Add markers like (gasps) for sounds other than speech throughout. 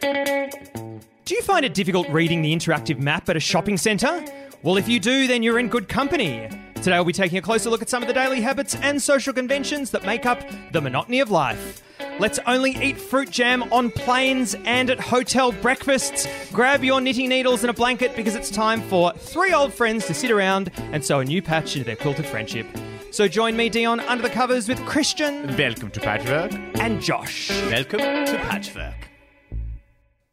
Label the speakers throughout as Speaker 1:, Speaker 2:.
Speaker 1: Do you find it difficult reading the interactive map at a shopping centre? Well, if you do, then you're in good company. Today, we'll be taking a closer look at some of the daily habits and social conventions that make up the monotony of life. Let's only eat fruit jam on planes and at hotel breakfasts. Grab your knitting needles and a blanket because it's time for three old friends to sit around and sew a new patch into their quilted friendship. So join me, Dion, under the covers with Christian
Speaker 2: Welcome to Patchwork.
Speaker 1: and Josh.
Speaker 2: Welcome to Patchwork.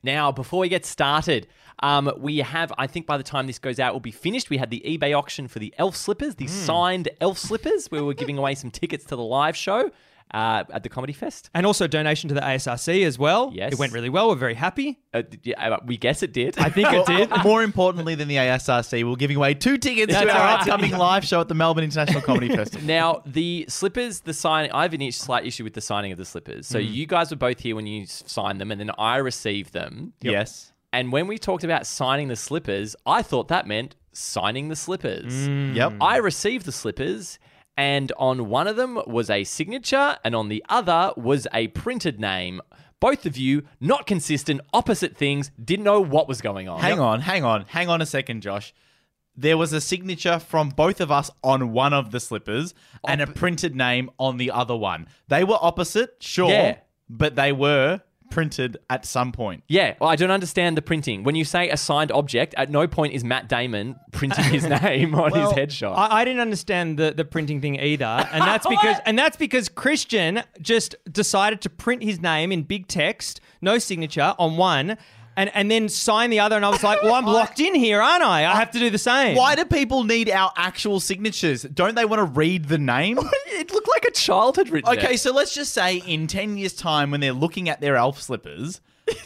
Speaker 3: Now, before we get started, um, we have, I think by the time this goes out, will be finished. We had the eBay auction for the elf slippers,
Speaker 1: Hmm.
Speaker 3: the signed elf slippers, where
Speaker 1: (laughs)
Speaker 3: we're giving away some tickets to the live show uh, at the Comedy Fest.
Speaker 1: And also donation to the ASRC as well.
Speaker 3: Yes.
Speaker 1: It went really well. We're very happy.
Speaker 3: Uh, d- yeah, uh, we guess it did.
Speaker 1: I think
Speaker 3: (laughs)
Speaker 1: it did.
Speaker 2: uh, More importantly than the ASRC, we're giving away two tickets to
Speaker 3: That's
Speaker 2: our
Speaker 3: right.
Speaker 2: upcoming live show at the Melbourne International
Speaker 3: (laughs)
Speaker 2: Comedy Festival.
Speaker 3: Now, the slippers, the sign, I have an each slight issue with the signing of the slippers.
Speaker 1: Hmm.
Speaker 3: So you guys were both here when you s- signed them, and then I received them.
Speaker 2: Yes.
Speaker 3: And when we talked about signing the slippers, I thought that meant signing the slippers.
Speaker 1: Hmm.
Speaker 2: Yep.
Speaker 3: I received the slippers, and on one of them was a signature, and on the other was a printed name. Both of you, not consistent, opposite things, didn't know what was going on.
Speaker 2: hang on, hang on, hang on a second, Josh. There was a signature from both of us on one of the slippers
Speaker 3: Oh,
Speaker 2: and a printed name on the other one. They were opposite, sure,
Speaker 3: Yeah.
Speaker 2: but they were printed at some point.
Speaker 3: Yeah, well, I don't understand the printing. When you say a signed object, at no point is Matt Damon printing (laughs) his name on
Speaker 1: Well,
Speaker 3: his headshot.
Speaker 1: I, I didn't understand the, the printing thing either,
Speaker 2: (laughs)
Speaker 1: and that's because and that's because Christian just decided to print his name in big text, no signature on one, and and then sign the other, and I was like, well,
Speaker 2: (laughs)
Speaker 1: I'm locked in here, aren't I? I have to do the same.
Speaker 2: Why do people need our actual signatures? Don't they want to read the
Speaker 3: (laughs)
Speaker 2: name?
Speaker 3: it looked like a child had written
Speaker 2: Okay, so let's just say in 10 years' time, when they're looking at their elf (laughs) slippers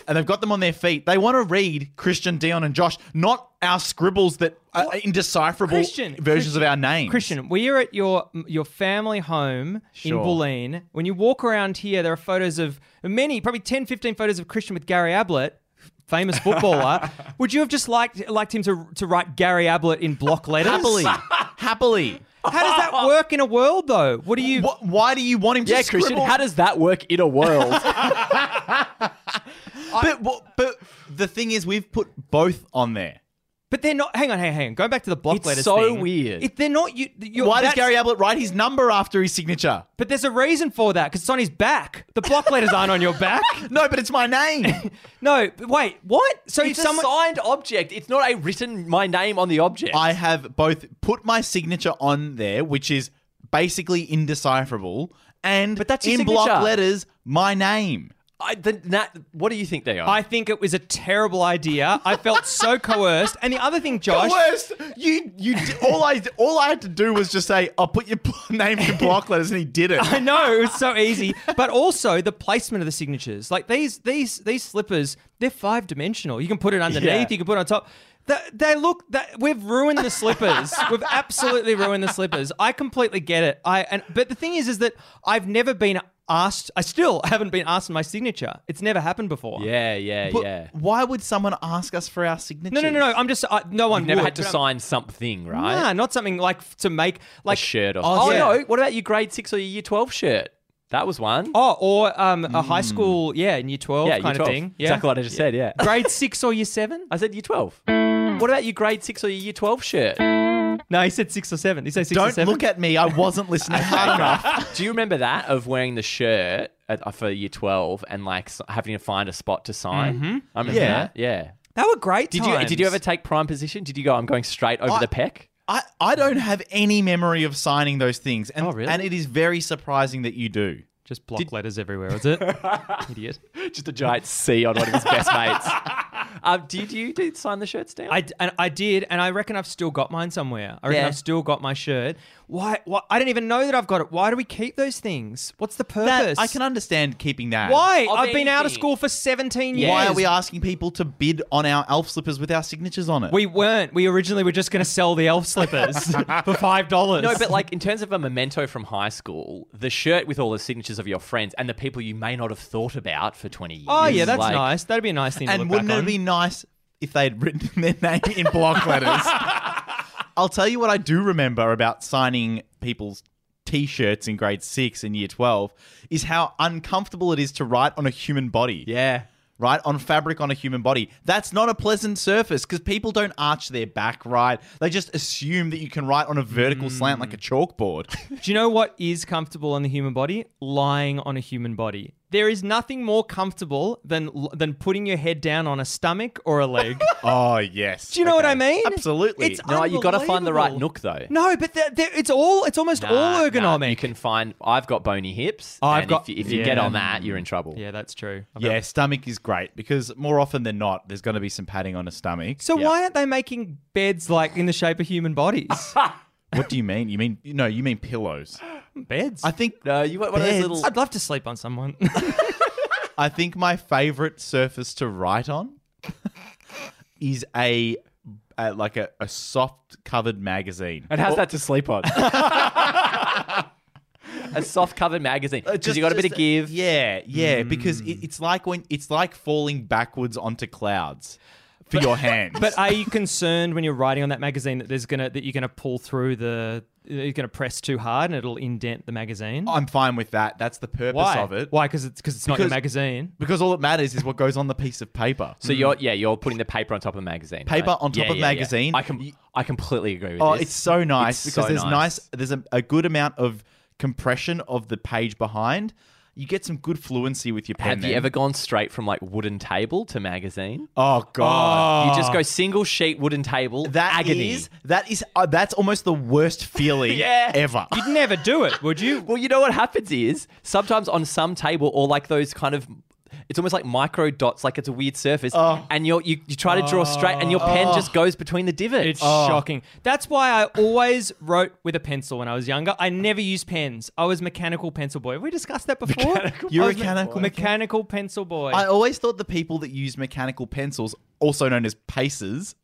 Speaker 2: and they've got them on their feet, they want to read Christian, Dion, and Josh, not our scribbles that are indecipherable
Speaker 1: Christian,
Speaker 2: versions of our names.
Speaker 1: Christian, we are at your your family home
Speaker 2: Sure.
Speaker 1: in Bulleen. When you walk around here, there are photos of many, probably 10, 15 photos of Christian with Gary Ablett, famous
Speaker 2: (laughs)
Speaker 1: footballer. Would you have just liked liked him to to write Gary Ablett in block letters?
Speaker 2: (laughs) Happily. happily.
Speaker 1: How does that work in a world though? What do you?
Speaker 2: Wh- why do you want him to
Speaker 3: Yeah,
Speaker 2: scribble?
Speaker 3: Christian, how does that work in a (laughs) world?
Speaker 2: but, wh- but the thing is, we've put both on there.
Speaker 1: But they're not. Hang on, hang on, hang on. Going back to the block
Speaker 3: It's
Speaker 1: letters.
Speaker 3: so
Speaker 1: thing,
Speaker 3: weird.
Speaker 1: If they're not you, you're,
Speaker 2: Why does
Speaker 1: that's-
Speaker 2: Gary Ablett write his number after his signature?
Speaker 1: But there's a reason for that because it's on his back. The block letters aren't on your back.
Speaker 2: No, but it's my (laughs) name.
Speaker 1: No, but wait, what? So if
Speaker 3: it's
Speaker 1: someone.
Speaker 3: a signed object. It's not a written my name on the object.
Speaker 2: I have both put my signature on there, which is basically indecipherable, and
Speaker 3: But that's
Speaker 2: in
Speaker 3: your
Speaker 2: block
Speaker 3: signature.
Speaker 2: letters my name.
Speaker 3: I the, Nat, what do you think they are?
Speaker 1: I think it was a terrible idea. I felt so coerced. And the other thing, Josh,
Speaker 2: worst. You you di- all I all I had to do was just say I'll put your (laughs) pl- name in block letters, and he did it.
Speaker 1: (laughs) I know it was so easy, but also the placement of the signatures. Like these these these slippers, they're five dimensional. You can put it underneath.
Speaker 3: Yeah.
Speaker 1: You can put it on top. That, they look that we've ruined the
Speaker 3: (laughs)
Speaker 1: slippers. we've absolutely ruined the slippers. I completely get it. I and but the thing is, is that I've never been asked. I still haven't been asked for my signature. It's never happened before.
Speaker 3: yeah, yeah,
Speaker 2: But
Speaker 3: yeah.
Speaker 2: Why would someone ask us for our signature?
Speaker 1: No, no, no, no. I'm just I, no one
Speaker 3: You've never
Speaker 1: would,
Speaker 3: had to
Speaker 1: but I'm-
Speaker 3: sign something, right?
Speaker 1: Nah, not something like f- to make
Speaker 3: a
Speaker 1: like
Speaker 3: shirt or
Speaker 1: Oh,
Speaker 3: oh,
Speaker 1: yeah.
Speaker 3: no. What about your grade six or your year twelve shirt? That was one.
Speaker 1: Oh, or um, a high school, yeah, in year twelve
Speaker 3: Mm. yeah, year
Speaker 1: kind of
Speaker 3: 12.
Speaker 1: thing. Yeah.
Speaker 3: Exactly what I just said. Yeah.
Speaker 1: Grade six or year seven?
Speaker 3: I said year twelve. What about your grade six or your year twelve shirt?
Speaker 1: (laughs) No, he said six or seven. He said 6 or
Speaker 2: Don't
Speaker 1: seven.
Speaker 2: look at me. I wasn't listening hard enough.
Speaker 3: Do you remember that of wearing the shirt at, uh, for year twelve and like s- having to find a spot to sign? I remember
Speaker 2: Yeah.
Speaker 3: that. Mm-hmm. Yeah.
Speaker 1: They were great.
Speaker 3: Did you
Speaker 1: times.
Speaker 3: did you ever take prime position? Did you go? I'm going straight over
Speaker 2: I-
Speaker 3: the peck.
Speaker 2: I, I don't have any memory of signing those things, and
Speaker 3: Oh, really?
Speaker 2: and it is very surprising that you do.
Speaker 1: just block letters everywhere? Is (laughs) it idiot?
Speaker 3: (laughs) Just a giant C on one of his best mates. (laughs) Um, did you did sign the shirts down?
Speaker 1: I, d- and I did, and I reckon I've still got mine somewhere. I reckon
Speaker 3: Yeah.
Speaker 1: I've still got my shirt. Why, why? I don't even know that I've got it. Why do we keep those things? What's the purpose?
Speaker 2: I can understand keeping that.
Speaker 1: Why?
Speaker 3: Of
Speaker 1: I've been out of
Speaker 3: anything.
Speaker 1: school for seventeen years.
Speaker 2: Why are we asking people to bid on our elf slippers with our signatures on it?
Speaker 1: We weren't. We originally were just going to sell the elf (laughs) slippers for five dollars.
Speaker 3: No, but like in terms of a memento from high school, the shirt with all the signatures of your friends and the people you may not have thought about for 20 years.
Speaker 1: oh yeah, that's
Speaker 3: like-
Speaker 1: nice. That'd be a nice thing. to
Speaker 2: and
Speaker 1: look
Speaker 2: wouldn't
Speaker 1: back
Speaker 2: it
Speaker 1: on.
Speaker 2: be nice if they'd written (laughs) their name in (laughs) block letters? I'll tell you what I do remember about signing people's t shirts in grade six and year 12 is how uncomfortable it is to write on a human body.
Speaker 3: Yeah.
Speaker 2: Right? On fabric on a human body. That's not a pleasant surface because people don't arch their back right. They just assume that you can write on a vertical slant like a chalkboard.
Speaker 1: Do you know what is comfortable on the human body? Lying on a human body. There is nothing more comfortable than than putting your head down on a stomach or a leg.
Speaker 2: (laughs) oh, yes.
Speaker 1: Do you know what I mean?
Speaker 2: Absolutely.
Speaker 1: It's
Speaker 3: No, you got to find the right
Speaker 1: Unbelievable.
Speaker 3: nook though.
Speaker 1: (laughs) no, but they're, they're- it's all it's almost all
Speaker 3: Nah, nah,
Speaker 1: ergonomic.
Speaker 3: you can find. I've got bony hips.
Speaker 1: I've
Speaker 3: and
Speaker 1: got-
Speaker 3: If you, if you
Speaker 1: yeah.
Speaker 3: get on that, you're in trouble.
Speaker 1: Yeah, that's true. I've
Speaker 2: yeah,
Speaker 3: Um,
Speaker 1: got-
Speaker 2: stomach is great because more often than not, there's going to be some padding on a stomach.
Speaker 1: So why aren't they making beds like in the shape of human bodies?
Speaker 2: What do you mean? You mean no? You mean pillows?
Speaker 1: (laughs) beds.
Speaker 2: I think
Speaker 3: No, you want one of
Speaker 2: Beds.
Speaker 3: those little.
Speaker 1: I'd love to sleep on (laughs) someone.
Speaker 2: I think my favorite surface to write on (laughs) is a, a like a, a soft covered magazine.
Speaker 3: And how's that to sleep
Speaker 1: (laughs)
Speaker 3: on? a soft covered magazine
Speaker 2: Uh,
Speaker 3: because
Speaker 2: just-
Speaker 3: you got a bit
Speaker 2: just-
Speaker 3: of give. Mm.
Speaker 2: Yeah, yeah. Because it, it's like when it's like falling backwards onto clouds for your hands.
Speaker 3: (laughs) uh,
Speaker 1: but are you concerned when you're writing on that magazine that there's gonna that you're gonna pull through the you're gonna press too hard and it'll indent the magazine?
Speaker 2: I'm fine with that. That's the purpose
Speaker 1: Why?
Speaker 2: of it.
Speaker 1: Why? Because it's because it's not your
Speaker 2: Because-
Speaker 1: magazine.
Speaker 2: Because all that matters is what goes on the piece of
Speaker 1: Mm.
Speaker 2: paper.
Speaker 3: So you're yeah you're putting the paper on top of the magazine.
Speaker 2: Paper
Speaker 3: right?
Speaker 2: on top
Speaker 3: Yeah,
Speaker 2: of
Speaker 3: yeah, yeah.
Speaker 2: magazine.
Speaker 3: I com- I completely agree with
Speaker 2: Oh,
Speaker 3: this.
Speaker 2: it's so nice
Speaker 3: It's
Speaker 2: because
Speaker 3: so
Speaker 2: there's
Speaker 3: nice.
Speaker 2: nice, there's a, a good amount of compression of the page behind. You get some good fluency with your pen.
Speaker 3: Have you
Speaker 2: then.
Speaker 3: ever gone straight from like wooden table to magazine?
Speaker 2: Oh god.
Speaker 3: You just go single sheet wooden table.
Speaker 2: That
Speaker 3: Oh, agony.
Speaker 2: is- that is uh, that's almost the worst feeling
Speaker 3: (laughs) Yeah.
Speaker 2: ever.
Speaker 1: You'd never do it, would you?
Speaker 3: (laughs) Well, you know what happens is sometimes on some table or like those kind of. It's almost like micro dots, like it's a weird surface, and you're, you you try to draw straight, and your pen just goes between the
Speaker 1: It's
Speaker 3: divots.
Speaker 1: shocking. That's why I always wrote with a pencil when I was younger. I never used pens. I was mechanical pencil boy. Have we discussed that before?
Speaker 2: You're
Speaker 1: I was me-
Speaker 2: mechanical-
Speaker 1: mechanical pencil boy.
Speaker 2: I always thought the people that use mechanical pencils, also known as paces,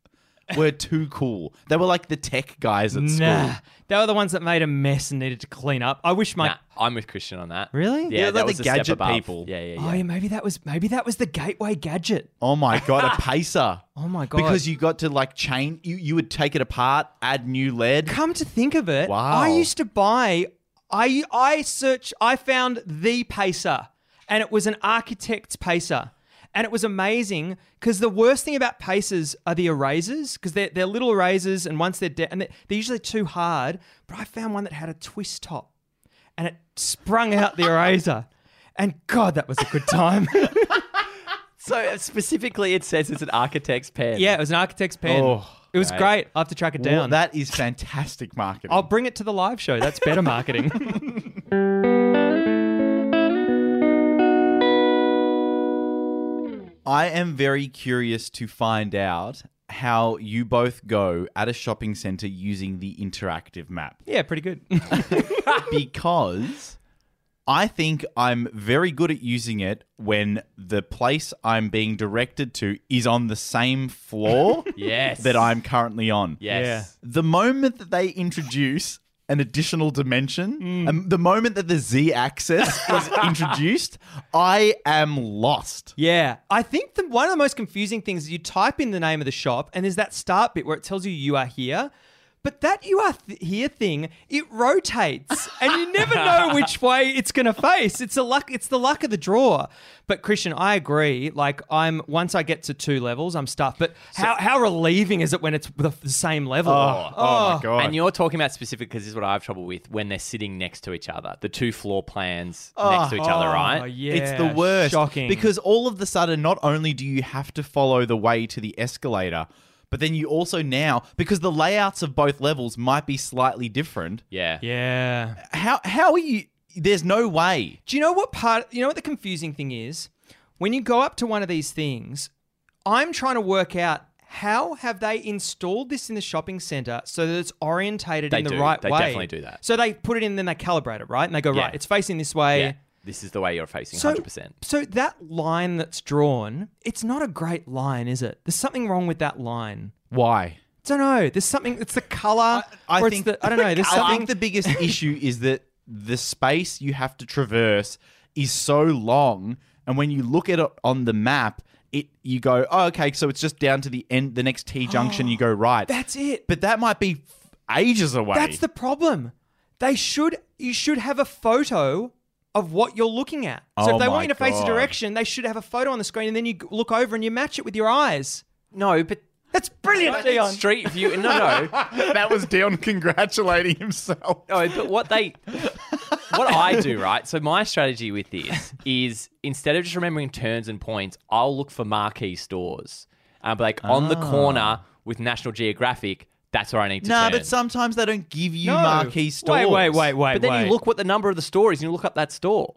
Speaker 2: were too cool. They were like the tech guys at
Speaker 1: nah,
Speaker 2: school.
Speaker 1: they were the ones that made a mess and needed to clean up. I wish my
Speaker 3: Nah, I'm with Christian on that.
Speaker 1: Really?
Speaker 3: Yeah,
Speaker 1: You're
Speaker 3: that
Speaker 2: like
Speaker 3: was
Speaker 2: the
Speaker 3: a step
Speaker 2: gadget
Speaker 3: above.
Speaker 2: people.
Speaker 3: Yeah, yeah,
Speaker 1: oh
Speaker 3: yeah.
Speaker 1: yeah, maybe that was maybe that was the gateway gadget.
Speaker 2: Oh
Speaker 3: (laughs)
Speaker 2: my god, a pacer.
Speaker 1: Oh my god,
Speaker 2: Because you got to like chain you you would take it apart, add new lead.
Speaker 1: Come to think of it,
Speaker 2: Wow.
Speaker 1: I used to buy. I I search. I found the pacer, and it was an architect's pacer, and it was amazing because the worst thing about pacers are the erasers because they're they're little erasers, and once they're de- and they're, they're usually too hard. But I found one that had a twist top, and it sprung out the eraser, and God, that was a good
Speaker 2: (laughs)
Speaker 1: time.
Speaker 3: So uh, specifically, it says it's an architect's pen.
Speaker 1: yeah, it was an architect's pen.
Speaker 2: Oh,
Speaker 1: it was
Speaker 3: right.
Speaker 1: great. I will have to track it
Speaker 2: Well,
Speaker 1: down.
Speaker 2: that is fantastic marketing.
Speaker 1: I'll bring it to the live show. That's better marketing.
Speaker 2: (laughs) I am very curious to find out how you both go at a shopping center using the interactive (laughs) map
Speaker 1: yeah, pretty good.
Speaker 2: because I think I'm very good at using it when the place I'm being directed to is on the same (laughs) floor
Speaker 3: Yes.
Speaker 2: that I'm currently on.
Speaker 3: Yes.
Speaker 2: The moment that they introduce an additional dimension, and the moment that the Z axis (laughs) was introduced, I am lost.
Speaker 1: Yeah, I think the, one of the most confusing things is you type in the name of the shop, and there's that start bit where it tells you you are here. But that you are th- here thing, it rotates, and you never know which way it's going to face. It's a luck. It's the luck of the draw. But Christian, I agree. Like I'm once I get to two levels, I'm stuffed. But how how relieving is it when it's the, the same level?
Speaker 2: Oh, oh my god!
Speaker 3: And you're talking about specific because this is what I have trouble with when they're sitting next to each other, the two floor plans next to each other, right?
Speaker 1: Oh, yeah,
Speaker 2: it's the worst.
Speaker 1: Shocking.
Speaker 2: Because all of the sudden, not only do you have to follow the way to the escalator, but then you also now, because the layouts of both levels might be slightly different.
Speaker 3: Yeah.
Speaker 1: yeah,
Speaker 2: How how are you? There's no way.
Speaker 1: Do you know what part? You know what the confusing thing is? When you go up to one of these things, I'm trying to work out how have they installed this in the shopping center so that it's orientated
Speaker 3: They
Speaker 1: in the
Speaker 3: do.
Speaker 1: right
Speaker 3: They
Speaker 1: way.
Speaker 3: definitely do that.
Speaker 1: So they put it in, then they calibrate it, right? And they go,
Speaker 3: Yeah.
Speaker 1: right, it's facing this way.
Speaker 3: Yeah. This is the way you're facing
Speaker 1: So,
Speaker 3: 100%.
Speaker 1: so that line that's drawn, it's not a great line, is it? There's something wrong with that line.
Speaker 2: Why?
Speaker 1: don't know. There's something. It's the color.
Speaker 2: I
Speaker 1: or
Speaker 2: think
Speaker 1: it's the, I don't know. There's
Speaker 2: (laughs) I
Speaker 1: something.
Speaker 2: think the biggest issue is that the space you have to traverse is so long, and when you look at it on the map, it you go, oh, okay, so it's just down to the end, the next T
Speaker 1: (gasps)
Speaker 2: junction. you go right.
Speaker 1: that's it.
Speaker 2: but that might be f- ages away.
Speaker 1: That's the problem. They should you should have a photo of what you're looking at. So
Speaker 2: Oh
Speaker 1: if they
Speaker 2: my
Speaker 1: want you to face a
Speaker 2: God.
Speaker 1: direction, they should have a photo on the screen, and then you g- look over and you match it with your eyes.
Speaker 3: No, but
Speaker 1: That's brilliant, Dion.
Speaker 3: Street View. No, no.
Speaker 1: (laughs)
Speaker 2: that was Dion congratulating himself.
Speaker 3: No, but what they, what I do, right? So my strategy with this is instead of just remembering turns and points, I'll look for marquee stores. Uh, but like on the
Speaker 1: Ah.
Speaker 3: corner with National Geographic, that's where I need to
Speaker 2: Nah,
Speaker 3: turn.
Speaker 2: but sometimes they don't give you
Speaker 1: No.
Speaker 2: marquee stores.
Speaker 1: Wait, wait, wait, wait.
Speaker 3: But then
Speaker 1: wait.
Speaker 3: you look what the number of the store is, and you look up that store.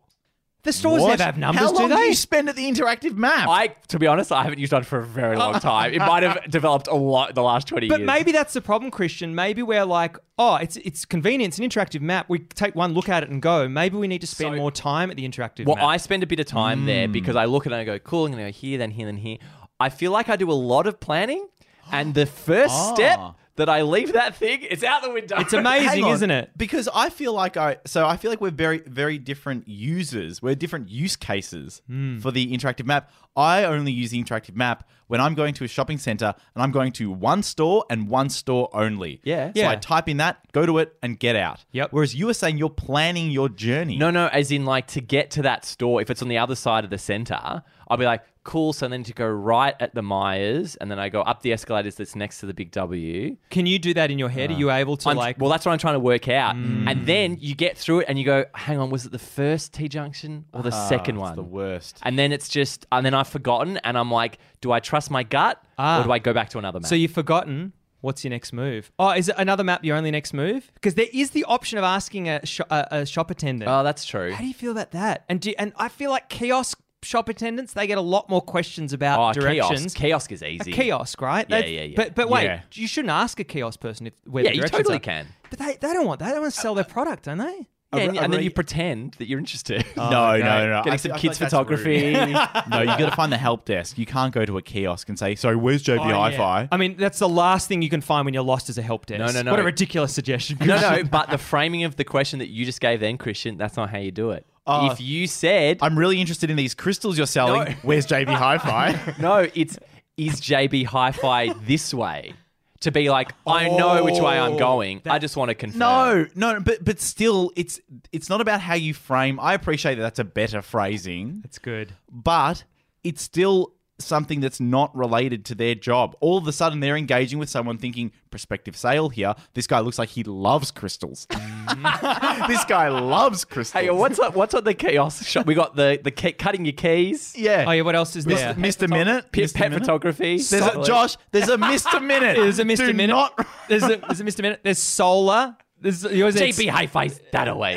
Speaker 1: The stores
Speaker 2: What?
Speaker 1: never have numbers,
Speaker 2: How long
Speaker 1: do they?
Speaker 2: you spend at the interactive map?
Speaker 3: I, to be honest, I haven't used it for a
Speaker 1: (laughs)
Speaker 3: very long time. It might have developed a lot in the last twenty
Speaker 1: But
Speaker 3: years.
Speaker 1: maybe that's the problem, Christian. Maybe we're like, oh, it's it's convenient, it's an interactive map. We take one look at it and go. Maybe we need to spend
Speaker 3: So-
Speaker 1: more time at the interactive
Speaker 3: Well,
Speaker 1: map.
Speaker 3: I spend a bit of time there because I look at it and I go, cool, I'm going to go here, then here, then here. I feel like I do a lot of planning. And the first
Speaker 2: Ah.
Speaker 3: step that I leave that thing, it's out the window.
Speaker 1: it's amazing,
Speaker 2: Hang on,
Speaker 1: isn't it?
Speaker 2: Because I feel like I so I feel like we're very very different users. We're different use cases for the interactive map. I only use the interactive map when I'm going to a shopping center and I'm going to one store and one store only.
Speaker 3: Yeah.
Speaker 2: So
Speaker 1: Yeah.
Speaker 2: I type in that, go to it, and get out.
Speaker 1: Yep.
Speaker 2: Whereas you were saying you're planning your journey.
Speaker 3: (laughs) no, no, as in like to get to that store, if it's on the other side of the center, I'll be like, cool. So then to go right at the Myers and then I go up the escalators that's next to the big W.
Speaker 1: Can you do that in your head? Are you able to
Speaker 3: I'm-
Speaker 1: like? Mm.
Speaker 3: well, that's what I'm trying to work out. And then you get through it and you go, hang on, was it the first T junction or
Speaker 1: Ah,
Speaker 3: the second
Speaker 2: Ah, It's
Speaker 3: one?
Speaker 2: the worst.
Speaker 3: And then it's just, and then I've forgotten, and I'm like, do I trust my gut
Speaker 1: Ah.
Speaker 3: or do I go back to another map?
Speaker 1: so you've forgotten what's your next move? Oh, is it another map? Your only next move? Because there is the option of asking a, sho- a, a shop attendant.
Speaker 3: oh, that's true.
Speaker 1: How do you feel about that? And do and I feel like kiosk shop attendants they get a lot more questions about
Speaker 3: Oh,
Speaker 1: directions.
Speaker 3: kiosk. Kiosk is easy.
Speaker 1: A kiosk, right?
Speaker 3: E. Yeah,
Speaker 1: That's-
Speaker 3: yeah, yeah.
Speaker 1: But but wait,
Speaker 2: Yeah.
Speaker 1: you shouldn't ask a kiosk person if where
Speaker 3: Yeah,
Speaker 1: the
Speaker 3: you
Speaker 1: directions
Speaker 3: totally
Speaker 1: are.
Speaker 3: can. Uh,
Speaker 1: But they, they don't want that. They want to sell their product, don't they?
Speaker 3: Yeah, and,
Speaker 2: re- a
Speaker 3: and then you
Speaker 2: re-
Speaker 3: pretend that
Speaker 1: (laughs)
Speaker 3: you're interested.
Speaker 2: no,
Speaker 1: okay.
Speaker 2: no, no, no.
Speaker 3: Getting
Speaker 2: I
Speaker 3: some
Speaker 2: feel- I feel
Speaker 3: kids
Speaker 2: like that's
Speaker 3: photography.
Speaker 2: rude. (laughs) no, you got to find the help desk. You can't go to a kiosk and say, "So where's JB
Speaker 1: Oh,
Speaker 2: Hi-Fi?"
Speaker 1: yeah. I mean, that's the last thing you can find when you're lost is a help desk.
Speaker 3: No, no, no.
Speaker 1: What a ridiculous suggestion.
Speaker 3: no,
Speaker 1: (laughs)
Speaker 3: no, but the framing of the question that you just gave then, Christian, that's not how you do it.
Speaker 2: Oh.
Speaker 3: if you said,
Speaker 2: I'm really interested in these crystals you're selling.
Speaker 3: No.
Speaker 2: (laughs) Where's JB Hi-Fi?
Speaker 3: no, it's, is JB Hi Fi this way? To be like, I know which way I'm
Speaker 2: Oh,
Speaker 3: going. I just want to confirm.
Speaker 2: no, no, but but still, it's it's not about how you frame. I appreciate that that's a better phrasing,
Speaker 1: That's good.
Speaker 2: but it's still something that's not related to their job. All of a sudden, they're engaging with someone thinking prospective sale here. This guy looks like he loves crystals. (laughs) this guy loves crystals.
Speaker 3: Hey, what's up? What's on the kiosk shop? We got the the key, cutting your keys.
Speaker 2: yeah.
Speaker 1: Oh, yeah, what else is
Speaker 2: Mr.
Speaker 1: there?
Speaker 2: Mr. Minute.
Speaker 3: Pit
Speaker 2: Mr.
Speaker 3: pet
Speaker 2: Minute?
Speaker 3: photography.
Speaker 2: There's a,
Speaker 3: Solid.
Speaker 2: Josh, there's a (laughs) Mr. Minute.
Speaker 1: There's a Mr.
Speaker 2: Do
Speaker 1: Minute.
Speaker 2: Not...
Speaker 1: There's a, there's a Mr. Minute. There's solar. There's you always need
Speaker 3: JB Hi-Fi that away.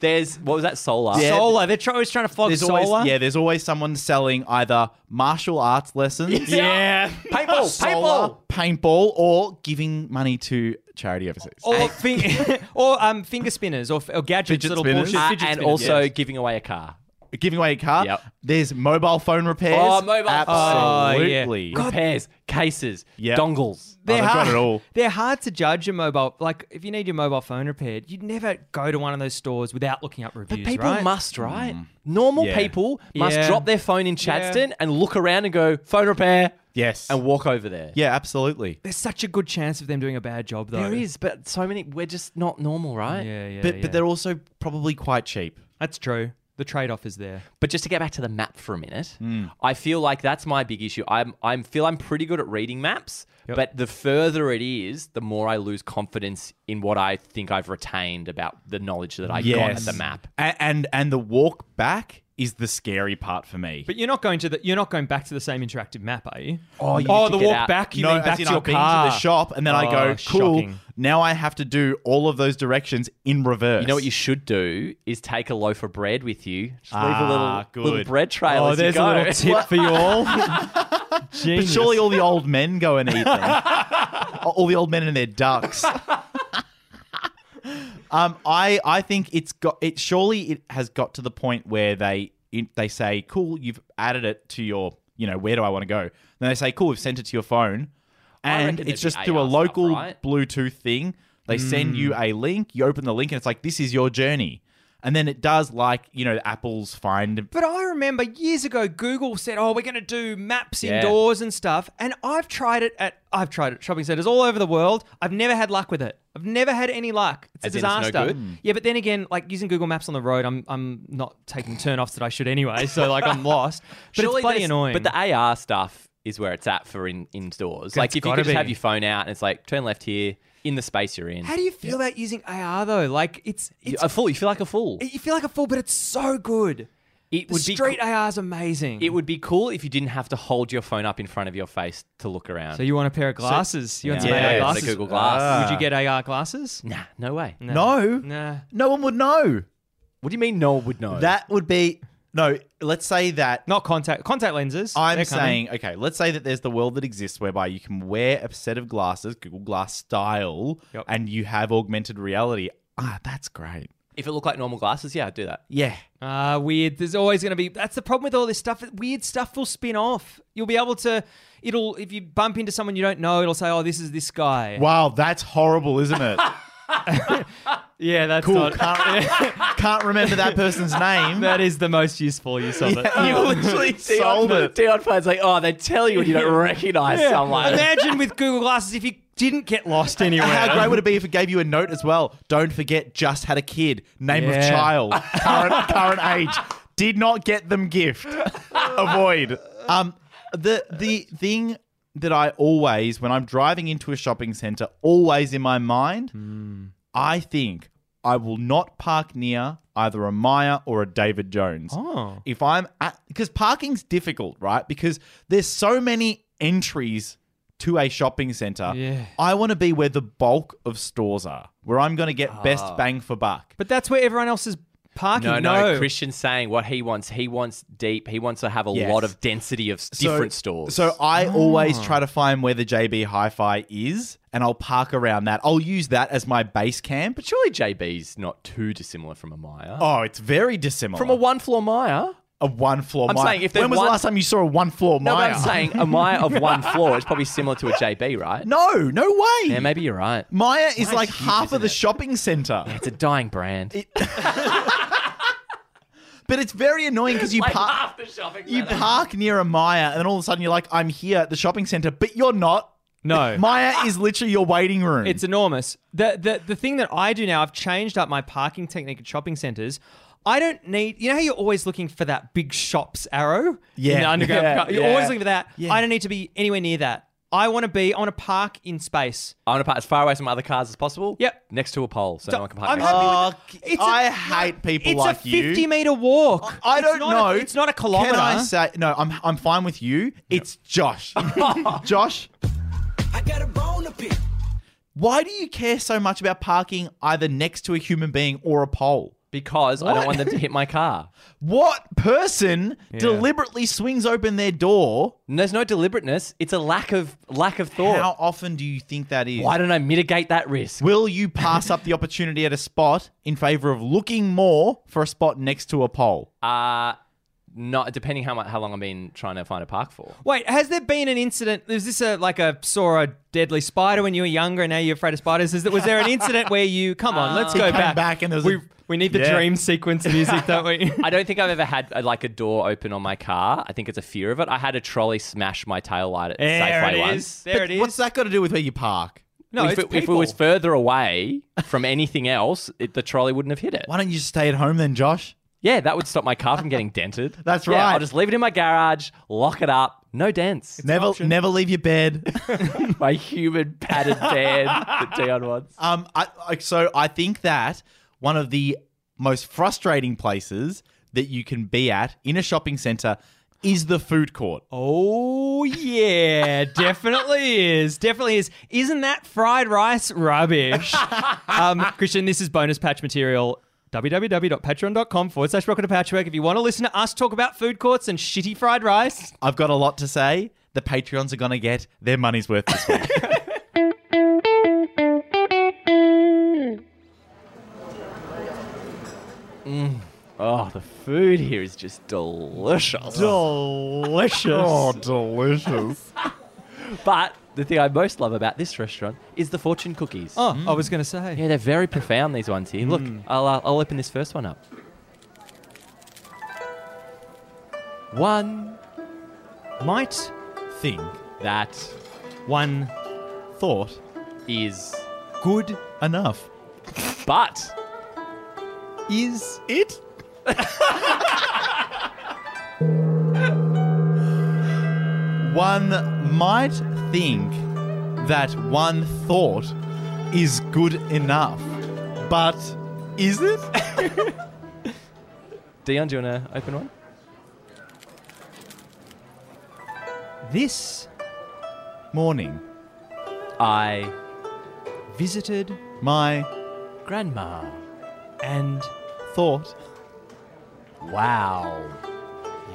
Speaker 3: There's what was that solar?
Speaker 2: Yeah.
Speaker 1: solar. They're try- always trying to flog
Speaker 2: There's
Speaker 1: solar.
Speaker 2: always yeah. There's always someone selling either martial arts (laughs) lessons,
Speaker 1: Yeah.
Speaker 2: (laughs)
Speaker 3: Paintball,
Speaker 2: solar,
Speaker 3: paintball.
Speaker 2: paintball, or giving money to charity overseas.
Speaker 1: Or, fin- (laughs) or um, finger spinners or, f- or gadgets,
Speaker 2: Fidget
Speaker 1: little
Speaker 2: spinners.
Speaker 1: bullshit.
Speaker 3: Uh,
Speaker 1: fidget
Speaker 3: and
Speaker 1: spinners,
Speaker 3: also
Speaker 1: yes.
Speaker 3: giving away a car.
Speaker 2: giving away a car.
Speaker 3: Yep.
Speaker 2: There's mobile phone repairs.
Speaker 3: Oh, mobile phone.
Speaker 1: Oh,
Speaker 2: Absolutely.
Speaker 1: yeah. God.
Speaker 3: Repairs, cases,
Speaker 2: Yeah.
Speaker 3: dongles.
Speaker 2: Oh, they've got
Speaker 1: hard,
Speaker 2: it all.
Speaker 1: They're hard to judge a mobile. Like, if you need your mobile phone repaired, you'd never go to one of those stores without looking up reviews,
Speaker 3: People
Speaker 1: right? Mm.
Speaker 3: must, right? Normal
Speaker 2: Yeah.
Speaker 3: people must
Speaker 1: Yeah.
Speaker 3: drop their phone in Chadston and look around and go, phone repair,
Speaker 2: Yes.
Speaker 3: and walk over there.
Speaker 2: yeah, absolutely.
Speaker 1: There's such a good chance of them doing a bad job, though.
Speaker 3: There is, but so many, we're just not normal, right?
Speaker 1: Yeah, yeah.
Speaker 2: but
Speaker 1: yeah.
Speaker 2: but they're also probably quite cheap.
Speaker 1: that's true. The trade-off is there.
Speaker 3: But just to get back to the map for a minute,
Speaker 1: Mm.
Speaker 3: I feel like that's my big issue. I'm I'm feel I'm pretty good at reading maps,
Speaker 1: Yep.
Speaker 3: but the further it is, the more I lose confidence in what I think I've retained about the knowledge that I got at the map.
Speaker 2: And, and and the walk back is the scary part for me.
Speaker 1: But you're not going to the. You're not going back to the same interactive map, are you?
Speaker 3: Oh, you
Speaker 1: oh,
Speaker 3: need to
Speaker 1: the
Speaker 3: get
Speaker 1: walk
Speaker 3: out.
Speaker 1: back. You
Speaker 2: no,
Speaker 1: mean back
Speaker 2: as
Speaker 1: to
Speaker 2: in
Speaker 1: your
Speaker 2: I've been
Speaker 1: car?
Speaker 2: to the shop and then I go,
Speaker 1: Oh,
Speaker 2: cool.
Speaker 1: shocking.
Speaker 2: Now I have to do all of those directions in reverse.
Speaker 3: You know what you should do is take a loaf of bread with you. Just leave a
Speaker 2: Ah,
Speaker 3: little little
Speaker 2: good.
Speaker 3: bread trail
Speaker 1: Oh,
Speaker 3: as you
Speaker 1: there's
Speaker 3: go.
Speaker 1: a
Speaker 3: (laughs)
Speaker 1: little tip for you all.
Speaker 2: But
Speaker 1: Genius.
Speaker 2: surely all the old men go and eat
Speaker 3: (laughs)
Speaker 2: them. all the old men and their ducks. um, I I think it's got it. Surely it has got to the point where they it, they say, "Cool, you've added it to your you know where do I want to go?" Then they say, "Cool, we've sent it to your phone,"
Speaker 3: I
Speaker 2: and
Speaker 3: reckon
Speaker 2: it's
Speaker 3: there'd
Speaker 2: just
Speaker 3: be
Speaker 2: through a
Speaker 3: AR stuff,
Speaker 2: local
Speaker 3: right?
Speaker 1: Mm.
Speaker 2: Bluetooth thing. They send you a link. You open the link, and it's like, "This is your journey." And then it does like, you know, Apple's find
Speaker 1: But I remember years ago, Google said, "Oh, we're going to do maps
Speaker 3: Yeah.
Speaker 1: indoors and stuff." And I've tried it at I've tried it at shopping centers all over the world. I've never had luck with it. I've never had any luck. It's
Speaker 3: As
Speaker 1: a
Speaker 3: in it's no
Speaker 1: disaster.
Speaker 3: good? Mm.
Speaker 1: Yeah, but then again, like using Google Maps on the road, I'm I'm not taking turnoffs that I should anyway. So like I'm lost. But
Speaker 3: Surely
Speaker 1: it's bloody
Speaker 3: there's-
Speaker 1: annoying.
Speaker 3: But the AR stuff is where it's at for in, indoors. Like
Speaker 1: It's
Speaker 3: if you
Speaker 1: gotta
Speaker 3: could just have
Speaker 1: be.
Speaker 3: your phone out and it's like turn left here in the space you're in.
Speaker 1: how do you feel about using AR though? Like it's it's
Speaker 3: a fool. You feel like a fool.
Speaker 1: you feel like a fool, but it's so good.
Speaker 3: It
Speaker 1: The
Speaker 3: would be
Speaker 1: street
Speaker 3: coo-
Speaker 1: AR is amazing.
Speaker 3: it would be cool if you didn't have to hold your phone up in front of your face to look around.
Speaker 1: so you want a pair of glasses? you want some
Speaker 3: Yeah,
Speaker 1: AR
Speaker 3: it's like
Speaker 1: glasses?
Speaker 3: Google Glass. Ah.
Speaker 1: Would you get AR glasses?
Speaker 3: nah, no way.
Speaker 2: No.
Speaker 1: Nah.
Speaker 2: No one would know.
Speaker 3: What do you mean? No one would know.
Speaker 2: That would be no, let's say that
Speaker 1: Not contact contact lenses.
Speaker 2: I'm
Speaker 1: They're coming.
Speaker 2: saying, okay, let's say that there's the world that exists whereby you can wear a set of glasses, Google Glass style,
Speaker 1: Yep.
Speaker 2: and you have augmented reality. Ah, that's great.
Speaker 3: if it looked like normal glasses, yeah, I'd do that.
Speaker 2: Yeah.
Speaker 1: Ah, weird. There's always going to be. That's the problem with all this stuff. Weird stuff will spin off. You'll be able to. It'll if you bump into someone you don't know, it'll say, "Oh, this is this guy."
Speaker 2: Wow, that's horrible, isn't (laughs) it?
Speaker 1: Yeah, that's
Speaker 2: cool.
Speaker 1: not-
Speaker 2: Can't, (laughs) can't remember that (laughs) person's name.
Speaker 1: that is the most useful use
Speaker 2: (laughs)
Speaker 1: of it.
Speaker 2: you
Speaker 3: (laughs)
Speaker 2: literally sold it.
Speaker 3: Dion Phone's like, oh, they tell you when you don't recognize someone.
Speaker 1: Imagine with Google Glasses if you didn't get lost anywhere.
Speaker 2: (laughs) How great would it be if it gave you a note as well? Don't forget, just had a kid, name of
Speaker 1: Yeah. (laughs)
Speaker 2: child, current current age. Did not get them gift. Avoid. Um, the the thing that I always, when I'm driving into a shopping center, always in my mind, I think I will not park near either a Maya or a David Jones.
Speaker 1: Oh.
Speaker 2: If I'm at, because parking's difficult, right? Because there's so many entries to a shopping center.
Speaker 1: Yeah.
Speaker 2: I want to be where the bulk of stores are, where I'm going to get
Speaker 3: Ah.
Speaker 2: best bang for buck.
Speaker 1: But that's where everyone else is parking.
Speaker 3: (laughs) No, no, Christian's saying what he wants. He wants deep. He wants to have a
Speaker 2: Yes.
Speaker 3: lot of density of s-
Speaker 2: So-
Speaker 3: different stores. Ah.
Speaker 2: So I always try to find where the JB Hi-Fi is, and I'll park around that. I'll use that as my base camp.
Speaker 3: but surely JB's not too dissimilar from a Maya.
Speaker 2: Oh, it's very dissimilar
Speaker 3: From a one-floor Maya.
Speaker 2: a one floor.
Speaker 3: I'm
Speaker 2: Maya.
Speaker 3: saying if there's
Speaker 2: when was
Speaker 3: one-
Speaker 2: the last time you saw a one floor
Speaker 3: No,
Speaker 2: Maya?
Speaker 3: but I'm saying a Maya
Speaker 2: (laughs)
Speaker 3: of one floor is probably similar to a JB, right?
Speaker 2: no, no way.
Speaker 3: Yeah, maybe you're right.
Speaker 2: Maya is like
Speaker 3: huge,
Speaker 2: half of
Speaker 3: isn't
Speaker 2: the
Speaker 3: it?
Speaker 2: shopping center.
Speaker 3: It's a dying brand.
Speaker 2: But it's very annoying because you park
Speaker 3: the shopping
Speaker 2: you park near a Maya and then all of a sudden you're like, I'm here at the shopping center, but you're not.
Speaker 1: No.
Speaker 2: Maya is literally your waiting room.
Speaker 1: It's enormous. The, the the thing that I do now, I've changed up my parking technique at shopping centres. I don't need. You know how you're always looking for that big shops arrow in the
Speaker 2: Yeah.
Speaker 1: underground.
Speaker 2: Yeah,
Speaker 1: car? You're
Speaker 3: yeah.
Speaker 1: always looking for that.
Speaker 2: Yeah.
Speaker 1: I don't need to be anywhere near that. I want to be. I want to park in space.
Speaker 3: I want to park as far away from other cars as possible.
Speaker 1: Yep.
Speaker 3: Next to a pole, so no one can park.
Speaker 1: I'm
Speaker 3: next to
Speaker 1: happy
Speaker 3: me.
Speaker 2: Oh,
Speaker 1: with that. It's a-
Speaker 2: I hate people
Speaker 1: it's
Speaker 2: like
Speaker 1: a 50
Speaker 2: you.
Speaker 1: meter walk.
Speaker 2: I
Speaker 1: It's
Speaker 2: don't
Speaker 1: not
Speaker 2: know.
Speaker 1: A, it's not a kilometer.
Speaker 2: Can I say no? I'm I'm fine with you.
Speaker 1: (laughs)
Speaker 2: It's Josh. Josh,
Speaker 4: I got a bone to pick.
Speaker 2: why do you care so much about parking either next to a human being or a pole?
Speaker 3: because I don't want them to hit my car.
Speaker 2: What person deliberately swings open their door?
Speaker 3: And there's no deliberateness. It's a lack of lack of thought.
Speaker 2: How often do you think that is?
Speaker 3: Why don't I mitigate that risk?
Speaker 2: Will you pass up the opportunity at a spot in favor of looking more for a spot next to a pole?
Speaker 3: Uh not depending how much, how long I've been trying to find a park for.
Speaker 1: Wait, has there been an incident? Is this a like a saw a deadly spider when you were younger and now you're afraid of spiders? Is that was there an incident where you come on? Let's go
Speaker 2: Uh, came
Speaker 1: back.
Speaker 2: back and there was
Speaker 1: we
Speaker 2: a-
Speaker 1: we need the
Speaker 2: Yeah.
Speaker 1: dream sequence music, don't
Speaker 2: (laughs)
Speaker 1: we?
Speaker 3: I don't think I've ever had uh like a door open on my car. I think it's a fear of it. I had a trolley smash my tail light at Safeway
Speaker 1: it
Speaker 3: once.
Speaker 1: is. There
Speaker 2: But
Speaker 1: it is.
Speaker 2: What's that got to do with where you park?
Speaker 1: no,
Speaker 3: if,
Speaker 1: it's
Speaker 3: it, if it
Speaker 1: people.
Speaker 3: was further away from anything else, it, the trolley wouldn't have hit it.
Speaker 2: Why don't you just stay at home then, Josh?
Speaker 3: Yeah, that would stop my car from getting
Speaker 1: (laughs)
Speaker 3: dented.
Speaker 2: That's
Speaker 3: Yeah,
Speaker 2: right.
Speaker 3: I'll just leave it in my garage, lock it up, no dents.
Speaker 2: never,
Speaker 1: option.
Speaker 2: never leave your bed.
Speaker 1: (laughs)
Speaker 3: my human padded bed that Dion wants.
Speaker 2: um, I, I, so I think that one of the most frustrating places that you can be at in a shopping center is the food court.
Speaker 1: oh yeah, definitely is. Definitely is. Isn't that fried rice
Speaker 2: (laughs)
Speaker 1: rubbish? um, Christian, this is bonus patch material. www.patreon.com forward slash rocket to patchwork. If you want to listen to us talk about food courts and shitty fried rice,
Speaker 2: I've got a lot to say. The Patreons are going to get their money's worth this week.
Speaker 3: Oh, the food here is just delicious.
Speaker 2: (laughs) delicious. Oh, delicious.
Speaker 3: But the thing I most love about this restaurant is the fortune cookies.
Speaker 1: Oh, I was going to say.
Speaker 3: Yeah, they're very profound, these ones here. Look, I'll, uh, I'll open this first one up. One
Speaker 1: Might
Speaker 2: Thing.
Speaker 3: that
Speaker 1: one
Speaker 2: Thought.
Speaker 3: is
Speaker 2: Good enough.
Speaker 3: but.
Speaker 2: Is it? one might think that one thought is good enough, but is it?
Speaker 3: Dion, do you want to open one?
Speaker 1: this
Speaker 2: Morning.
Speaker 3: I.
Speaker 1: visited
Speaker 2: My
Speaker 3: Grandma.
Speaker 1: and
Speaker 2: thought
Speaker 3: Wow.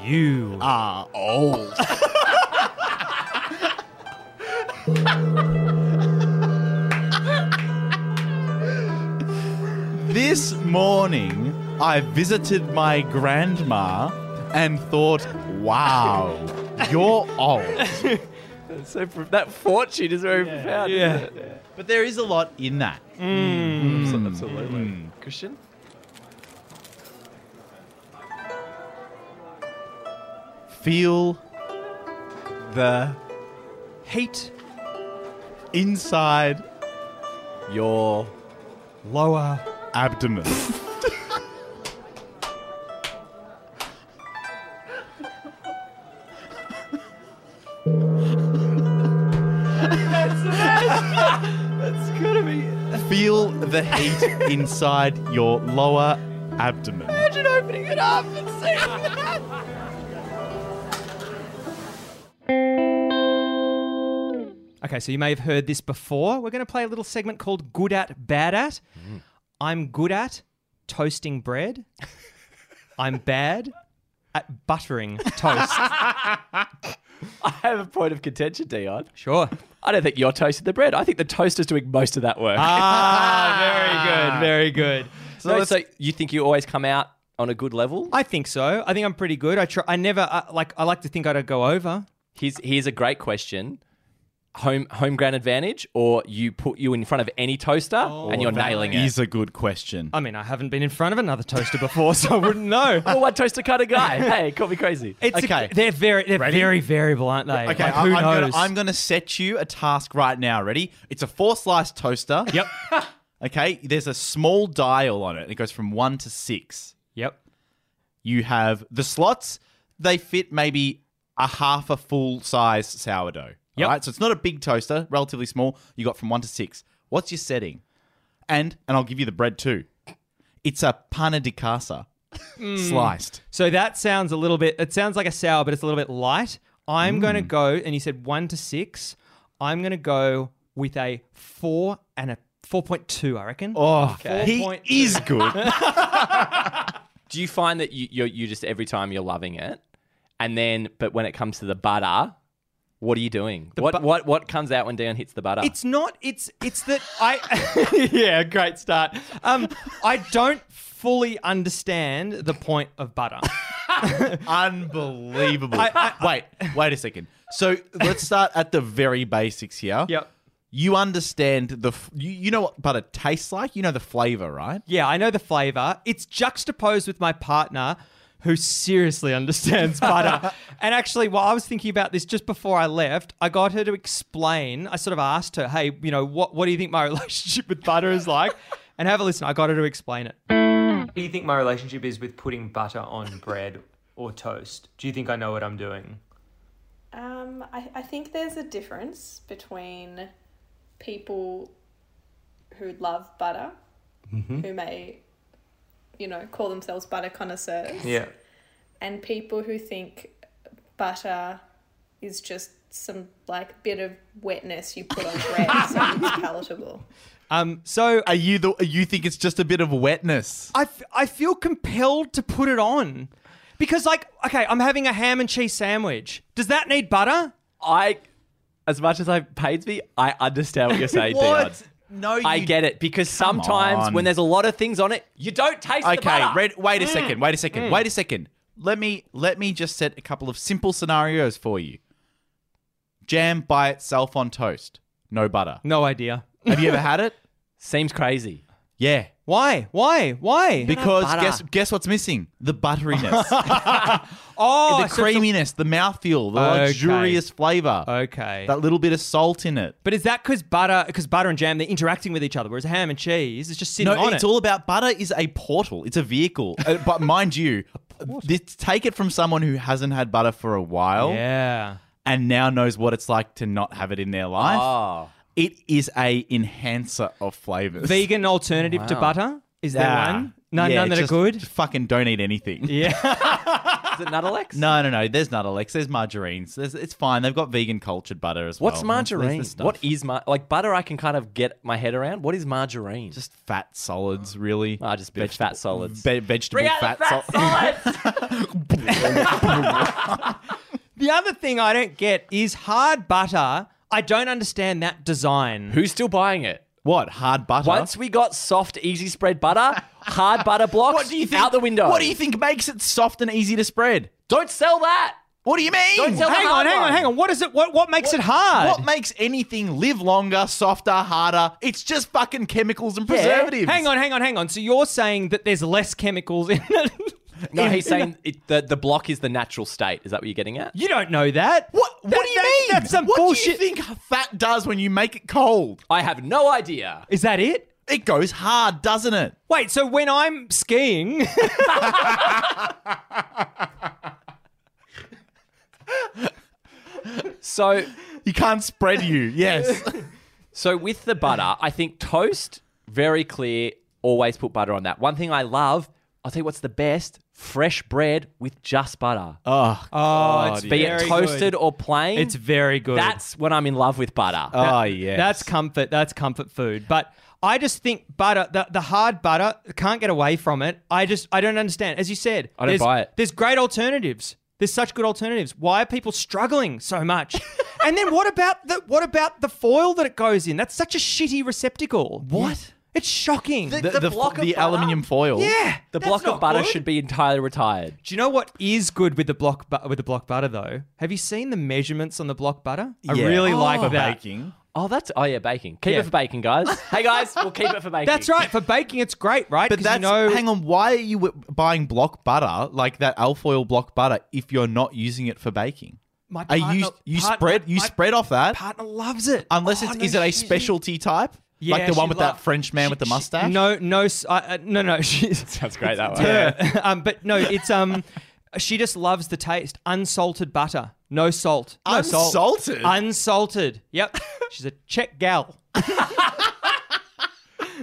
Speaker 1: you.
Speaker 2: are Uh, old. (laughs) this morning, I visited my grandma and thought, wow, you're old.
Speaker 3: So pro- that fortune is very profound. Yeah.
Speaker 2: But there is a lot in that. Mm.
Speaker 3: Absolutely. Christian?
Speaker 2: Feel the
Speaker 1: Hate
Speaker 2: inside
Speaker 3: Your
Speaker 1: lower.
Speaker 2: abdomen. Feel the (laughs) heat inside your lower abdomen. Imagine opening it up and
Speaker 3: (laughs)
Speaker 2: seeing
Speaker 1: Okay, so you may have heard this before. We're going to play a little segment called Good at, Bad at.
Speaker 2: Mm.
Speaker 1: I'm good at toasting bread.
Speaker 2: (laughs)
Speaker 1: I'm bad at buttering
Speaker 2: (laughs)
Speaker 1: toast.
Speaker 3: I have a point of contention, Dion.
Speaker 1: sure.
Speaker 3: I don't think you're toasting the bread. I think the toaster's doing most of that work.
Speaker 1: Ah, very good, very good. So
Speaker 3: no,
Speaker 1: let's-
Speaker 3: so you think you always come out on a good level?
Speaker 1: I think so. I think I'm pretty good. I try. I never uh, like. I like to think I don't go over.
Speaker 3: Here's here's a great question. Home home ground advantage, or you put you in front of any toaster and you're nailing it.
Speaker 2: Is a good question.
Speaker 1: I mean, I haven't been in front of another toaster before, so I wouldn't know.
Speaker 2: (laughs)
Speaker 3: Oh, what toaster kind of guy? hey, call me crazy.
Speaker 1: It's
Speaker 2: Okay.
Speaker 1: they're very they're very variable, aren't they?
Speaker 2: Okay,
Speaker 1: Like,
Speaker 2: I,
Speaker 1: who
Speaker 2: am
Speaker 1: knows?
Speaker 2: Gonna, I'm gonna set you a task right now. Ready? It's a four slice toaster.
Speaker 1: Yep.
Speaker 2: (laughs) Okay. There's a small dial on it. It goes from one to six.
Speaker 1: Yep.
Speaker 2: You have the slots. They fit maybe a half a full size sourdough.
Speaker 1: Yep.
Speaker 2: All right. So it's not a big toaster. Relatively small. You got from one to six. What's your setting? And and I'll give you the bread too. It's a panna di casa,
Speaker 1: Mm.
Speaker 2: sliced.
Speaker 1: So that sounds a little bit. It sounds like a sour, but it's a little bit light. I'm going to go, and you said one to six. I'm going to go with a four and a four point two. I reckon.
Speaker 2: Oh,
Speaker 1: Four point
Speaker 2: he is good.
Speaker 1: (laughs)
Speaker 3: Do you find that you you're, you just every time you're loving it, and then but when it comes to the butter, what are you doing? What
Speaker 1: bu-
Speaker 3: what what comes out when Dion hits the butter?
Speaker 1: It's not. It's it's that I. (laughs) yeah, great start. Um, I don't fully understand the point of butter.
Speaker 2: Unbelievable. wait, wait a second. So let's start at the very basics here.
Speaker 1: (laughs) Yep.
Speaker 2: You understand the f- you, you know what butter tastes like. You know the flavor, right?
Speaker 1: Yeah, I know the flavor. It's juxtaposed with my partner who seriously (laughs)
Speaker 5: (laughs)
Speaker 1: understands butter. and actually, while I was thinking about this just before I left, I got her to explain. I sort of asked her, hey, you know, what, what do you think my (laughs) relationship with butter is like? And have a listen. I got her to explain it.
Speaker 5: What do you think my relationship is with putting butter on bread or toast? Do you think I know what I'm doing?
Speaker 6: Um, I, I think there's a difference between people who love butter, who may, you know, call themselves butter connoisseurs,
Speaker 5: Yeah.
Speaker 6: and people who think butter is just some like bit of wetness you put on bread so it's palatable.
Speaker 1: Um, so
Speaker 2: Are you the you think it's just a bit of wetness?
Speaker 1: I, f- I feel compelled to put it on because, like, okay, I'm having a ham and cheese sandwich. Does that need butter?
Speaker 3: I, as much as I pains me, I understand what
Speaker 2: (laughs)
Speaker 3: you're saying, Dion.
Speaker 2: No, you
Speaker 3: I get it because sometimes
Speaker 2: on.
Speaker 3: when there's a lot of things on it, you don't taste the
Speaker 2: Okay,
Speaker 3: butter.
Speaker 2: red, wait a second. Wait a second. Wait a second. Let me let me just set a couple of simple scenarios for you. Jam by itself on toast, no butter.
Speaker 1: No idea.
Speaker 2: Have you ever had it?
Speaker 3: Seems crazy.
Speaker 2: Yeah.
Speaker 1: Why? Why? Why?
Speaker 2: Because
Speaker 3: butter.
Speaker 2: guess guess what's missing? The butteriness,
Speaker 1: oh,
Speaker 2: the
Speaker 1: so it's a-
Speaker 2: creaminess, the mouthfeel, the
Speaker 1: Okay.
Speaker 2: luxurious flavor,
Speaker 1: Okay.
Speaker 2: that little bit of salt in it.
Speaker 1: but is that because butter? Because butter and jam they're interacting with each other, whereas ham and cheese is just sitting
Speaker 2: No,
Speaker 1: on
Speaker 2: it's
Speaker 1: it.
Speaker 2: all about butter is a portal. It's a vehicle. Uh, but mind you, this, take it from someone who hasn't had butter for a while
Speaker 1: yeah.
Speaker 2: and now knows what it's like to not have it in their life.
Speaker 3: Oh.
Speaker 2: It is a enhancer of flavors.
Speaker 1: Vegan alternative to
Speaker 3: Wow.
Speaker 1: butter is there
Speaker 2: Ah,
Speaker 1: one? None,
Speaker 2: yeah,
Speaker 1: none that
Speaker 2: just-
Speaker 1: are good.
Speaker 2: just fucking don't eat anything.
Speaker 1: Yeah.
Speaker 3: (laughs) Is it Nutalex?
Speaker 2: No, no, no. There's not Alex. There's margarines. There's, it's fine. They've got vegan cultured butter as well.
Speaker 3: What's
Speaker 2: There's- there's
Speaker 3: margarine?
Speaker 2: the Oh, stuff.
Speaker 3: What is mar- like butter? I can kind of get my head around. What is margarine?
Speaker 2: Just fat solids, really.
Speaker 3: Ah, just big fat solids.
Speaker 2: Ve- vegetable
Speaker 3: Bring out
Speaker 2: fat,
Speaker 3: the fat
Speaker 2: sol- (laughs)
Speaker 3: solids.
Speaker 1: the other thing I don't get is hard butter. I don't understand that design.
Speaker 3: Who's still buying it?
Speaker 2: What hard butter?
Speaker 3: (laughs) Once we got soft, easy spread butter, hard butter blocks
Speaker 2: What do you think?
Speaker 3: out the window.
Speaker 2: What do you think makes it soft and easy to spread?
Speaker 3: Don't sell that.
Speaker 2: What do you mean?
Speaker 3: Don't tell-
Speaker 1: hang on,
Speaker 3: hard
Speaker 1: hang on,
Speaker 3: one.
Speaker 1: hang on. What is it? What what makes it hard?
Speaker 2: what makes anything live longer, softer, harder? It's just fucking chemicals and preservatives.
Speaker 1: Hang on, hang on, hang on. So you're saying that there's less chemicals in it? (laughs)
Speaker 3: No, he's saying it, the the block is the natural state. Is that what you're getting at?
Speaker 1: You don't know that.
Speaker 2: What? What
Speaker 1: That-
Speaker 2: do you
Speaker 1: that-
Speaker 2: mean?
Speaker 1: That's some
Speaker 2: what
Speaker 1: bullshit.
Speaker 2: do you think fat does when you make it cold?
Speaker 3: I have no idea.
Speaker 1: Is that it?
Speaker 2: It goes hard, doesn't it?
Speaker 1: Wait, so when I'm skiing, (laughs)
Speaker 3: So
Speaker 2: You can't spread you. Yes.
Speaker 3: So with
Speaker 1: (laughs)
Speaker 3: the butter, I think toast, very clear, always put butter on that. One thing I love, I'll tell you what's the best, fresh bread with just butter.
Speaker 2: oh,
Speaker 1: oh, it's
Speaker 3: Be it toasted or plain.
Speaker 1: It's very good.
Speaker 3: That's when I'm in love with butter.
Speaker 2: oh yes.
Speaker 1: That's comfort. That's comfort food. But I just think butter, the, the hard butter, can't get away from it. I just, I don't understand. As you said,
Speaker 3: I don't
Speaker 1: there's-
Speaker 3: buy it.
Speaker 1: There's great alternatives. There's such good alternatives. Why are people struggling so (laughs) much? and then what about the what about the foil that it goes in? That's such a shitty receptacle. What? It's shocking.
Speaker 2: the, the,
Speaker 3: block of
Speaker 2: the
Speaker 3: butter?
Speaker 2: aluminium foil.
Speaker 1: yeah,
Speaker 3: the
Speaker 1: that's
Speaker 3: block
Speaker 1: not
Speaker 3: of butter
Speaker 1: good.
Speaker 3: should be entirely retired.
Speaker 1: Do you know what is good with the block bu- with the block butter though? Have you seen the measurements on the block butter? I
Speaker 2: Yeah.
Speaker 1: really
Speaker 2: Oh.
Speaker 1: like
Speaker 2: For
Speaker 1: that.
Speaker 2: baking.
Speaker 3: Oh, that's oh yeah, baking. Keep
Speaker 1: Yeah.
Speaker 3: it for baking, guys.
Speaker 1: (laughs)
Speaker 3: hey guys, we'll keep it for baking.
Speaker 1: That's right. For baking, it's great, right?
Speaker 2: But
Speaker 1: 'Cause
Speaker 2: that's
Speaker 1: you know,
Speaker 2: hang on. Why are you w- buying block butter like that alfoil block butter if you're not using it for baking?
Speaker 1: My
Speaker 2: Are
Speaker 1: partner-
Speaker 2: you you
Speaker 1: part-
Speaker 2: spread you
Speaker 1: my
Speaker 2: spread off that
Speaker 1: partner loves it.
Speaker 2: unless
Speaker 1: Oh,
Speaker 2: it's
Speaker 1: no,
Speaker 2: is it a
Speaker 1: she's-
Speaker 2: specialty type like
Speaker 1: Yeah,
Speaker 2: the one
Speaker 1: she
Speaker 2: with
Speaker 1: lo-
Speaker 2: that French
Speaker 1: she-
Speaker 2: man with the
Speaker 1: she-
Speaker 2: mustache?
Speaker 1: No, no, s- I- uh, no, (laughs) no. She's
Speaker 3: Sounds
Speaker 1: (laughs)
Speaker 3: great that way.
Speaker 1: her. um, but no, it's um, she just loves the taste. Unsalted butter, no salt, no salt,
Speaker 2: Unsalted?
Speaker 1: unsalted. Yep, she's a Czech gal.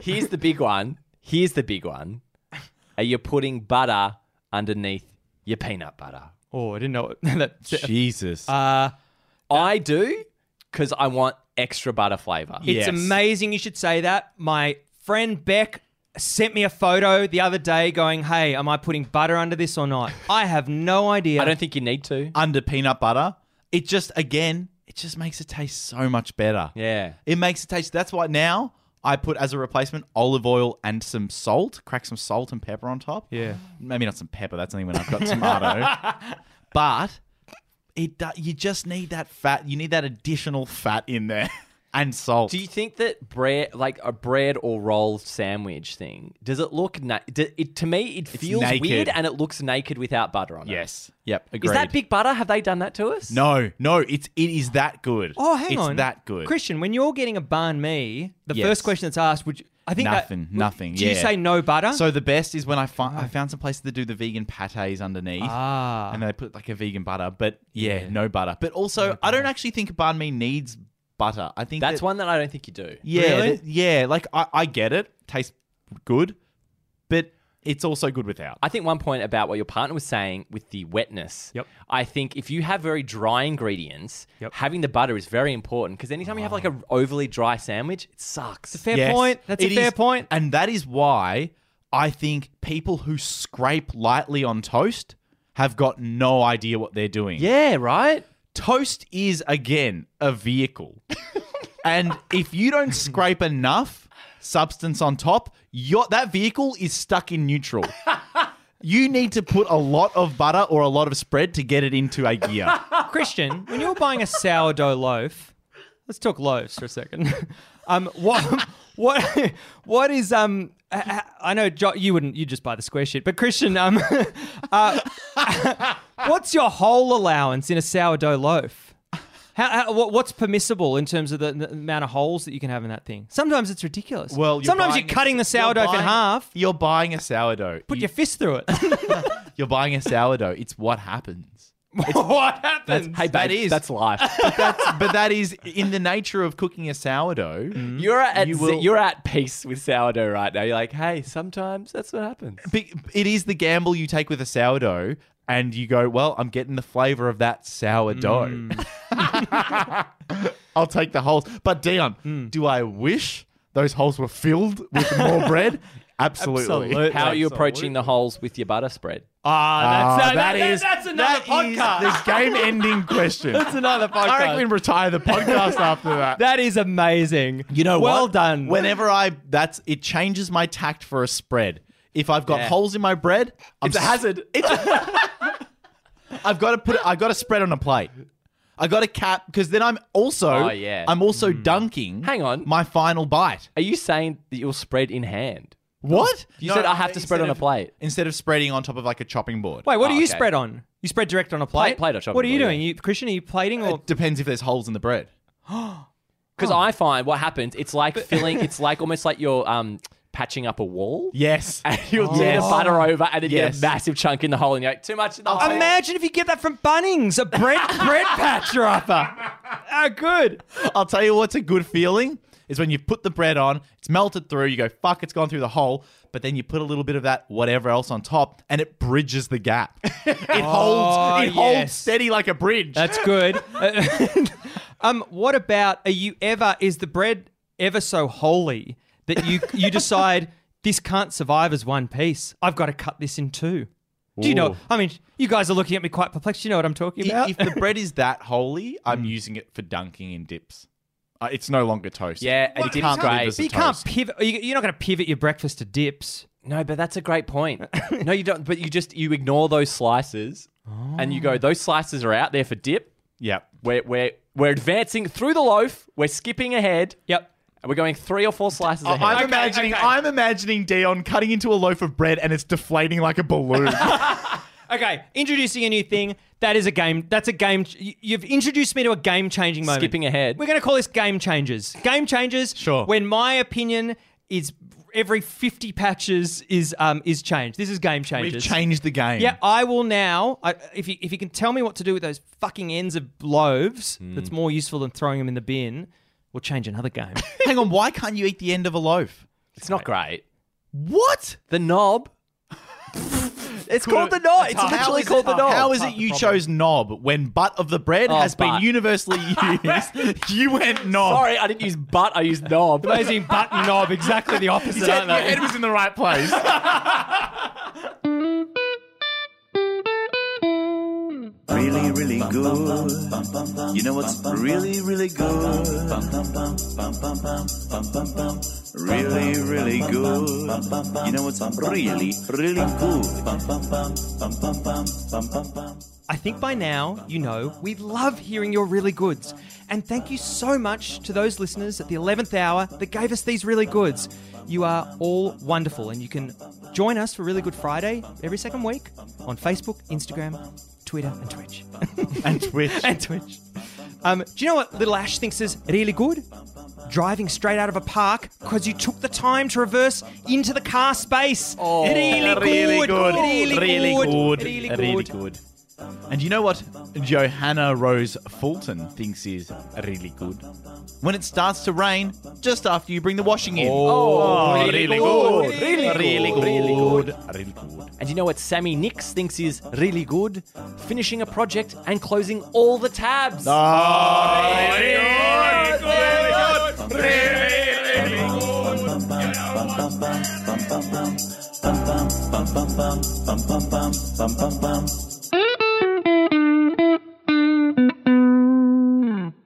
Speaker 3: Here's the big one. Here's the big one. Are you putting butter underneath your peanut butter?
Speaker 1: Oh, I didn't know (laughs) it. that.
Speaker 2: Jesus.
Speaker 1: Uh,
Speaker 3: I do because I want extra butter flavor.
Speaker 1: It's
Speaker 2: Yes.
Speaker 1: amazing you should say that. My friend Beck sent me a photo the other day going, Hey, am I putting butter under this or
Speaker 2: (laughs)
Speaker 1: not? I have no idea.
Speaker 3: I don't think you need to.
Speaker 2: Under peanut butter, it just again it just makes it taste so much better.
Speaker 3: Yeah.
Speaker 2: It makes it taste. That's why now I put as a replacement olive oil and some salt. Crack some salt and pepper on top.
Speaker 1: Yeah.
Speaker 2: maybe not some pepper. That's only when I've got tomato. but it do, you just need that fat. You need that additional fat in there (laughs) and salt.
Speaker 3: Do you think that bread, like a bread or roll sandwich thing, does it look? Na- do, it to me, it feels
Speaker 2: naked.
Speaker 3: weird and it looks naked without butter on it.
Speaker 2: yes. Yep. Agreed.
Speaker 3: Is that big butter? Have they done that to us?
Speaker 2: No, no. It's it is that good.
Speaker 1: Oh, hang
Speaker 2: it's
Speaker 1: on.
Speaker 2: It's that good.
Speaker 1: Christian, when you're getting a banh mi, the
Speaker 2: Yes.
Speaker 1: first question that's asked, would you, I think that-
Speaker 2: Nothing, nothing,
Speaker 1: Do you
Speaker 2: yeah.
Speaker 1: say no butter?
Speaker 2: So the best is when I find I found some places that do the vegan pates underneath,
Speaker 1: Ah.
Speaker 2: and they put like a vegan butter. But yeah, no butter. But also, I don't actually think banh mi needs butter. I think
Speaker 3: That's
Speaker 2: that-
Speaker 3: one that I don't think you do.
Speaker 2: Yeah,
Speaker 1: Really?
Speaker 2: th- yeah. Like I, I get it. Tastes good, but it's also good without.
Speaker 3: I think one point about what your partner was saying with the wetness.
Speaker 1: Yep.
Speaker 3: I think if you have very dry ingredients,
Speaker 1: Yep.
Speaker 3: having the butter is very important because anytime you have like an overly dry sandwich, it sucks.
Speaker 1: fair
Speaker 2: Yes,
Speaker 1: point. That's
Speaker 2: it
Speaker 1: a fair
Speaker 2: is.
Speaker 1: point.
Speaker 2: and that is why I think people who scrape lightly on toast have got no idea what they're doing.
Speaker 3: yeah, right.
Speaker 2: toast is again
Speaker 1: (laughs)
Speaker 2: a vehicle. and if you don't scrape enough substance on top, your that vehicle is stuck
Speaker 1: (laughs)
Speaker 2: in neutral. You need to put a lot of butter or a lot of spread to get it into a gear.
Speaker 1: Christian, when you're buying a sourdough loaf, let's talk loaves for a second. (laughs) Um, what, what, what is um? h- h- I know jo- you wouldn't. You just buy the square shit. But Christian, um, (laughs) uh, what's your whole allowance in a sourdough loaf? How, how, what, what's permissible in terms of the, the amount of holes that you can have in that thing? Sometimes it's ridiculous.
Speaker 2: Well, you're
Speaker 1: sometimes
Speaker 2: buying
Speaker 1: you're cutting
Speaker 2: a-
Speaker 1: the sourdough
Speaker 2: you're
Speaker 1: in
Speaker 2: buying-
Speaker 1: half.
Speaker 2: You're buying a sourdough.
Speaker 1: Put
Speaker 2: you,
Speaker 1: your fist through it. (laughs)
Speaker 2: you're buying a sourdough. It's what happens.
Speaker 1: what happens?
Speaker 3: Hey, babe,
Speaker 2: That is-
Speaker 3: that's
Speaker 2: (laughs)
Speaker 3: life. (laughs)
Speaker 2: That's, but that is in the nature of cooking a sourdough.
Speaker 1: Mm-hmm.
Speaker 3: You're at
Speaker 2: You will-
Speaker 3: you're at peace with sourdough right now. You're like, hey, sometimes that's what happens.
Speaker 2: Be- It is the gamble you take with a sourdough, and you go, "Well, I'm getting the flavor of that sourdough.
Speaker 1: Mm.
Speaker 2: (laughs)
Speaker 1: (laughs)
Speaker 2: I'll take the holes." But Dion, do I wish those holes were filled with more bread? Absolutely.
Speaker 1: (laughs) Absolutely.
Speaker 3: How are you approaching the holes with your butter spread?
Speaker 1: Ah, that's,
Speaker 2: Ah,
Speaker 1: uh, that,
Speaker 2: that is
Speaker 1: that's another
Speaker 2: that is (laughs)
Speaker 1: podcast.
Speaker 2: the game-ending
Speaker 1: (laughs)
Speaker 2: question.
Speaker 1: that's another podcast.
Speaker 2: I reckon we retire the podcast after (laughs) that.
Speaker 1: That is amazing. You know, well
Speaker 2: what?
Speaker 1: done.
Speaker 2: Whenever I that's it changes my tact for a spread. If I've got
Speaker 3: Yeah.
Speaker 2: holes in my bread, I'm
Speaker 3: It's a
Speaker 2: s- (laughs)
Speaker 3: hazard.
Speaker 2: It's I've got to put I got to spread on a plate. I got to cap because then I'm also
Speaker 3: Oh, yeah.
Speaker 2: I'm also dunking.
Speaker 3: Hang on.
Speaker 2: my final bite.
Speaker 3: Are you saying that you'll spread in hand?
Speaker 2: What
Speaker 3: You said I have to
Speaker 2: instead
Speaker 3: spread on a
Speaker 2: of-
Speaker 3: plate.
Speaker 2: instead of spreading on top of like a chopping board.
Speaker 1: Wait, what do
Speaker 3: Oh,
Speaker 1: you
Speaker 3: okay.
Speaker 1: spread on? You spread direct on a plate?
Speaker 3: plate or chopping
Speaker 1: What are you
Speaker 3: board,
Speaker 1: doing? You, Christian, are you plating or (laughs)
Speaker 2: It depends if there's holes in the bread.
Speaker 3: Because I find what happens, it's like
Speaker 2: (laughs)
Speaker 3: filling. It's like almost like you're um, patching up a wall.
Speaker 2: (laughs) Yes.
Speaker 3: (laughs)
Speaker 2: Oh.
Speaker 3: And you'll do
Speaker 2: Yes.
Speaker 3: the butter over, and then you get a
Speaker 2: Yes. Oh,
Speaker 3: massive chunk in the hole, and you're like, too much in the hole.
Speaker 1: Imagine if you get that from Bunnings, (laughs) a bread bread patch wrapper. How Ah, good.
Speaker 2: I'll tell you what's a good feeling is when you put the bread on, it's melted through, you go, fuck, it's gone through the hole, but then you put a little bit of that whatever else on top and it bridges the (laughs) gap. It holds it holds
Speaker 1: yes.
Speaker 2: steady like a bridge.
Speaker 1: That's good. (laughs) um, what about are you ever is the bread ever so holy that you you (laughs) decide this can't survive as one piece? I've got to cut this in two. Do you know?
Speaker 2: Ooh.
Speaker 1: I mean, you guys are looking at me quite perplexed. You know what I'm talking
Speaker 2: I-
Speaker 1: about?
Speaker 2: if the bread is that holy, I'm using it for dunking in dips. Uh, it's no longer toast.
Speaker 3: Yeah,
Speaker 2: What?
Speaker 3: a dip's
Speaker 2: Can't leave
Speaker 3: great.
Speaker 2: us a
Speaker 1: But you can't
Speaker 2: toast.
Speaker 1: pivot. you- You're not going to pivot your breakfast to dips.
Speaker 3: No, but that's a
Speaker 2: (laughs)
Speaker 3: great point. no, you don't. But you just you ignore those slices,
Speaker 2: Oh.
Speaker 3: and you go, those slices are out there for dip.
Speaker 2: Yep.
Speaker 3: We're we're we're advancing through the loaf. We're skipping ahead.
Speaker 1: Yep.
Speaker 3: And we're going three or four slices ahead.
Speaker 2: Oh, I'm imagining I'm imagining Dion cutting into a loaf of bread and it's deflating like a (laughs) balloon.
Speaker 1: Okay, introducing a new thing. That is a game. That's a game. you- You've introduced me to a game changing moment.
Speaker 3: Skipping ahead.
Speaker 1: We're going to call this game changers. Game changers.
Speaker 2: Sure.
Speaker 1: When my opinion is every 50 patches is um is changed. This is game
Speaker 2: We've
Speaker 1: changers.
Speaker 2: changed the game.
Speaker 1: Yeah, I will now. I, if you if you can tell me what to do with those fucking ends of loaves,
Speaker 2: Hmm.
Speaker 1: that's more useful than throwing them in the bin. We'll change another game.
Speaker 2: Hang on, why can't you eat the end of a loaf?
Speaker 3: it's not great.
Speaker 2: What?
Speaker 3: The knob. it's called the
Speaker 2: have-
Speaker 3: knob. It's
Speaker 2: How
Speaker 3: literally
Speaker 2: is
Speaker 3: called
Speaker 2: it-
Speaker 3: the knob.
Speaker 2: How is it you chose knob when butt of the bread
Speaker 3: Oh,
Speaker 2: has been
Speaker 3: butt.
Speaker 2: universally used? you went knob.
Speaker 3: Sorry, I didn't use butt. I used knob.
Speaker 1: Oh. Amazing button knob. Exactly the opposite.
Speaker 2: Your
Speaker 1: aren't
Speaker 2: head,
Speaker 1: they?
Speaker 2: your head was in the right (laughs) place.
Speaker 7: really, really good. You know what's really, really good? Really, really good. You know what's really, really good?
Speaker 1: I think by now you know we love hearing your really goods. And thank you so much to those listeners at the 11th hour that gave us these really goods. You are all wonderful, and you can join us for Really Good Friday every second week on Facebook, Instagram, Twitter, and Twitch.
Speaker 2: (laughs) and Twitch.
Speaker 1: (laughs) and Twitch. Um, do you know what Little Ash thinks is really good? Driving straight out of a park because you took the time to reverse into the car space. Oh, really,
Speaker 2: really
Speaker 1: good.
Speaker 2: good.
Speaker 1: Really,
Speaker 2: Really
Speaker 1: good.
Speaker 2: good.
Speaker 1: Really
Speaker 2: Really
Speaker 1: good.
Speaker 2: And you know what Johanna Rose Fulton thinks is really good? When it starts to rain just after you bring the washing in.
Speaker 3: Oh, really good.
Speaker 2: Really,
Speaker 3: Really
Speaker 2: good.
Speaker 3: good.
Speaker 2: Really good. Really good.
Speaker 3: And you know what Sammy Nix thinks is really good? Finishing a project and closing all the tabs.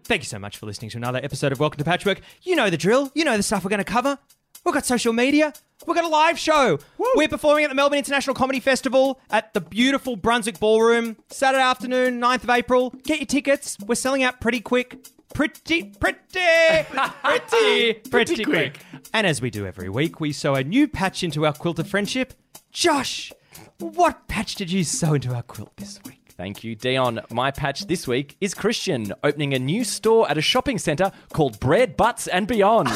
Speaker 1: Thank you so much for listening to another episode of Welcome to Patchwork. You know the drill. You know the stuff we're going to cover. We've got social media. We've got a live show. We're performing at the Melbourne International Comedy Festival at the beautiful Brunswick Ballroom, Saturday afternoon, 9th of April. Get your tickets. We're selling out pretty quick. Pretty, pretty, (laughs) pretty, pretty quick. And as we do every week, we sew a new patch into our quilt of friendship. Josh, what patch did you sew into our quilt this week?
Speaker 3: Thank you, Dion. My patch this week is Christian opening a new store at a shopping centre called Bread Butts and Beyond.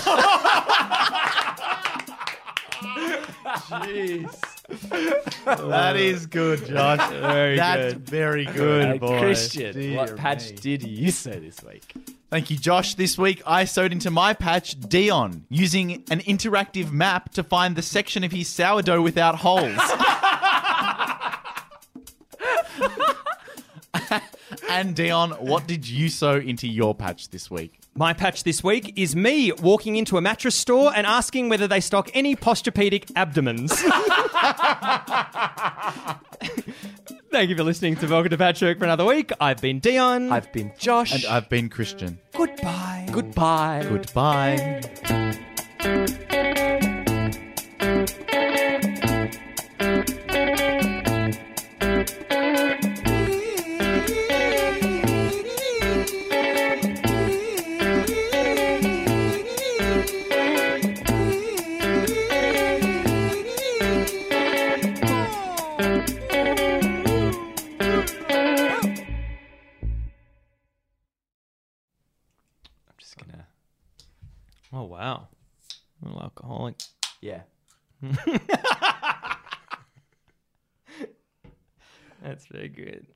Speaker 8: That is
Speaker 3: (laughs)
Speaker 8: good, Josh.
Speaker 2: Very
Speaker 8: That's
Speaker 2: good.
Speaker 8: very good,
Speaker 3: Hey,
Speaker 8: boy.
Speaker 3: Christian,
Speaker 8: Dear
Speaker 3: what patch
Speaker 8: me.
Speaker 3: did you say this week?
Speaker 2: Thank you, Josh. This week I sewed into my patch Dion using an interactive map to find the section of his sourdough without holes.
Speaker 3: (laughs)
Speaker 2: and Dion, what did you sew into your patch this week?
Speaker 1: My patch this week is me walking into a mattress store and asking whether they stock any posturpedic abdomens. (laughs) Thank you for listening to Welcome to Patchwork for another week. I've been Dion.
Speaker 3: I've been Josh.
Speaker 2: And I've been Christian.
Speaker 1: Goodbye.
Speaker 3: Goodbye.
Speaker 2: Goodbye.
Speaker 3: I'm just gonna.
Speaker 1: Oh, wow. A little alcoholic.
Speaker 3: Yeah.
Speaker 1: That's very good.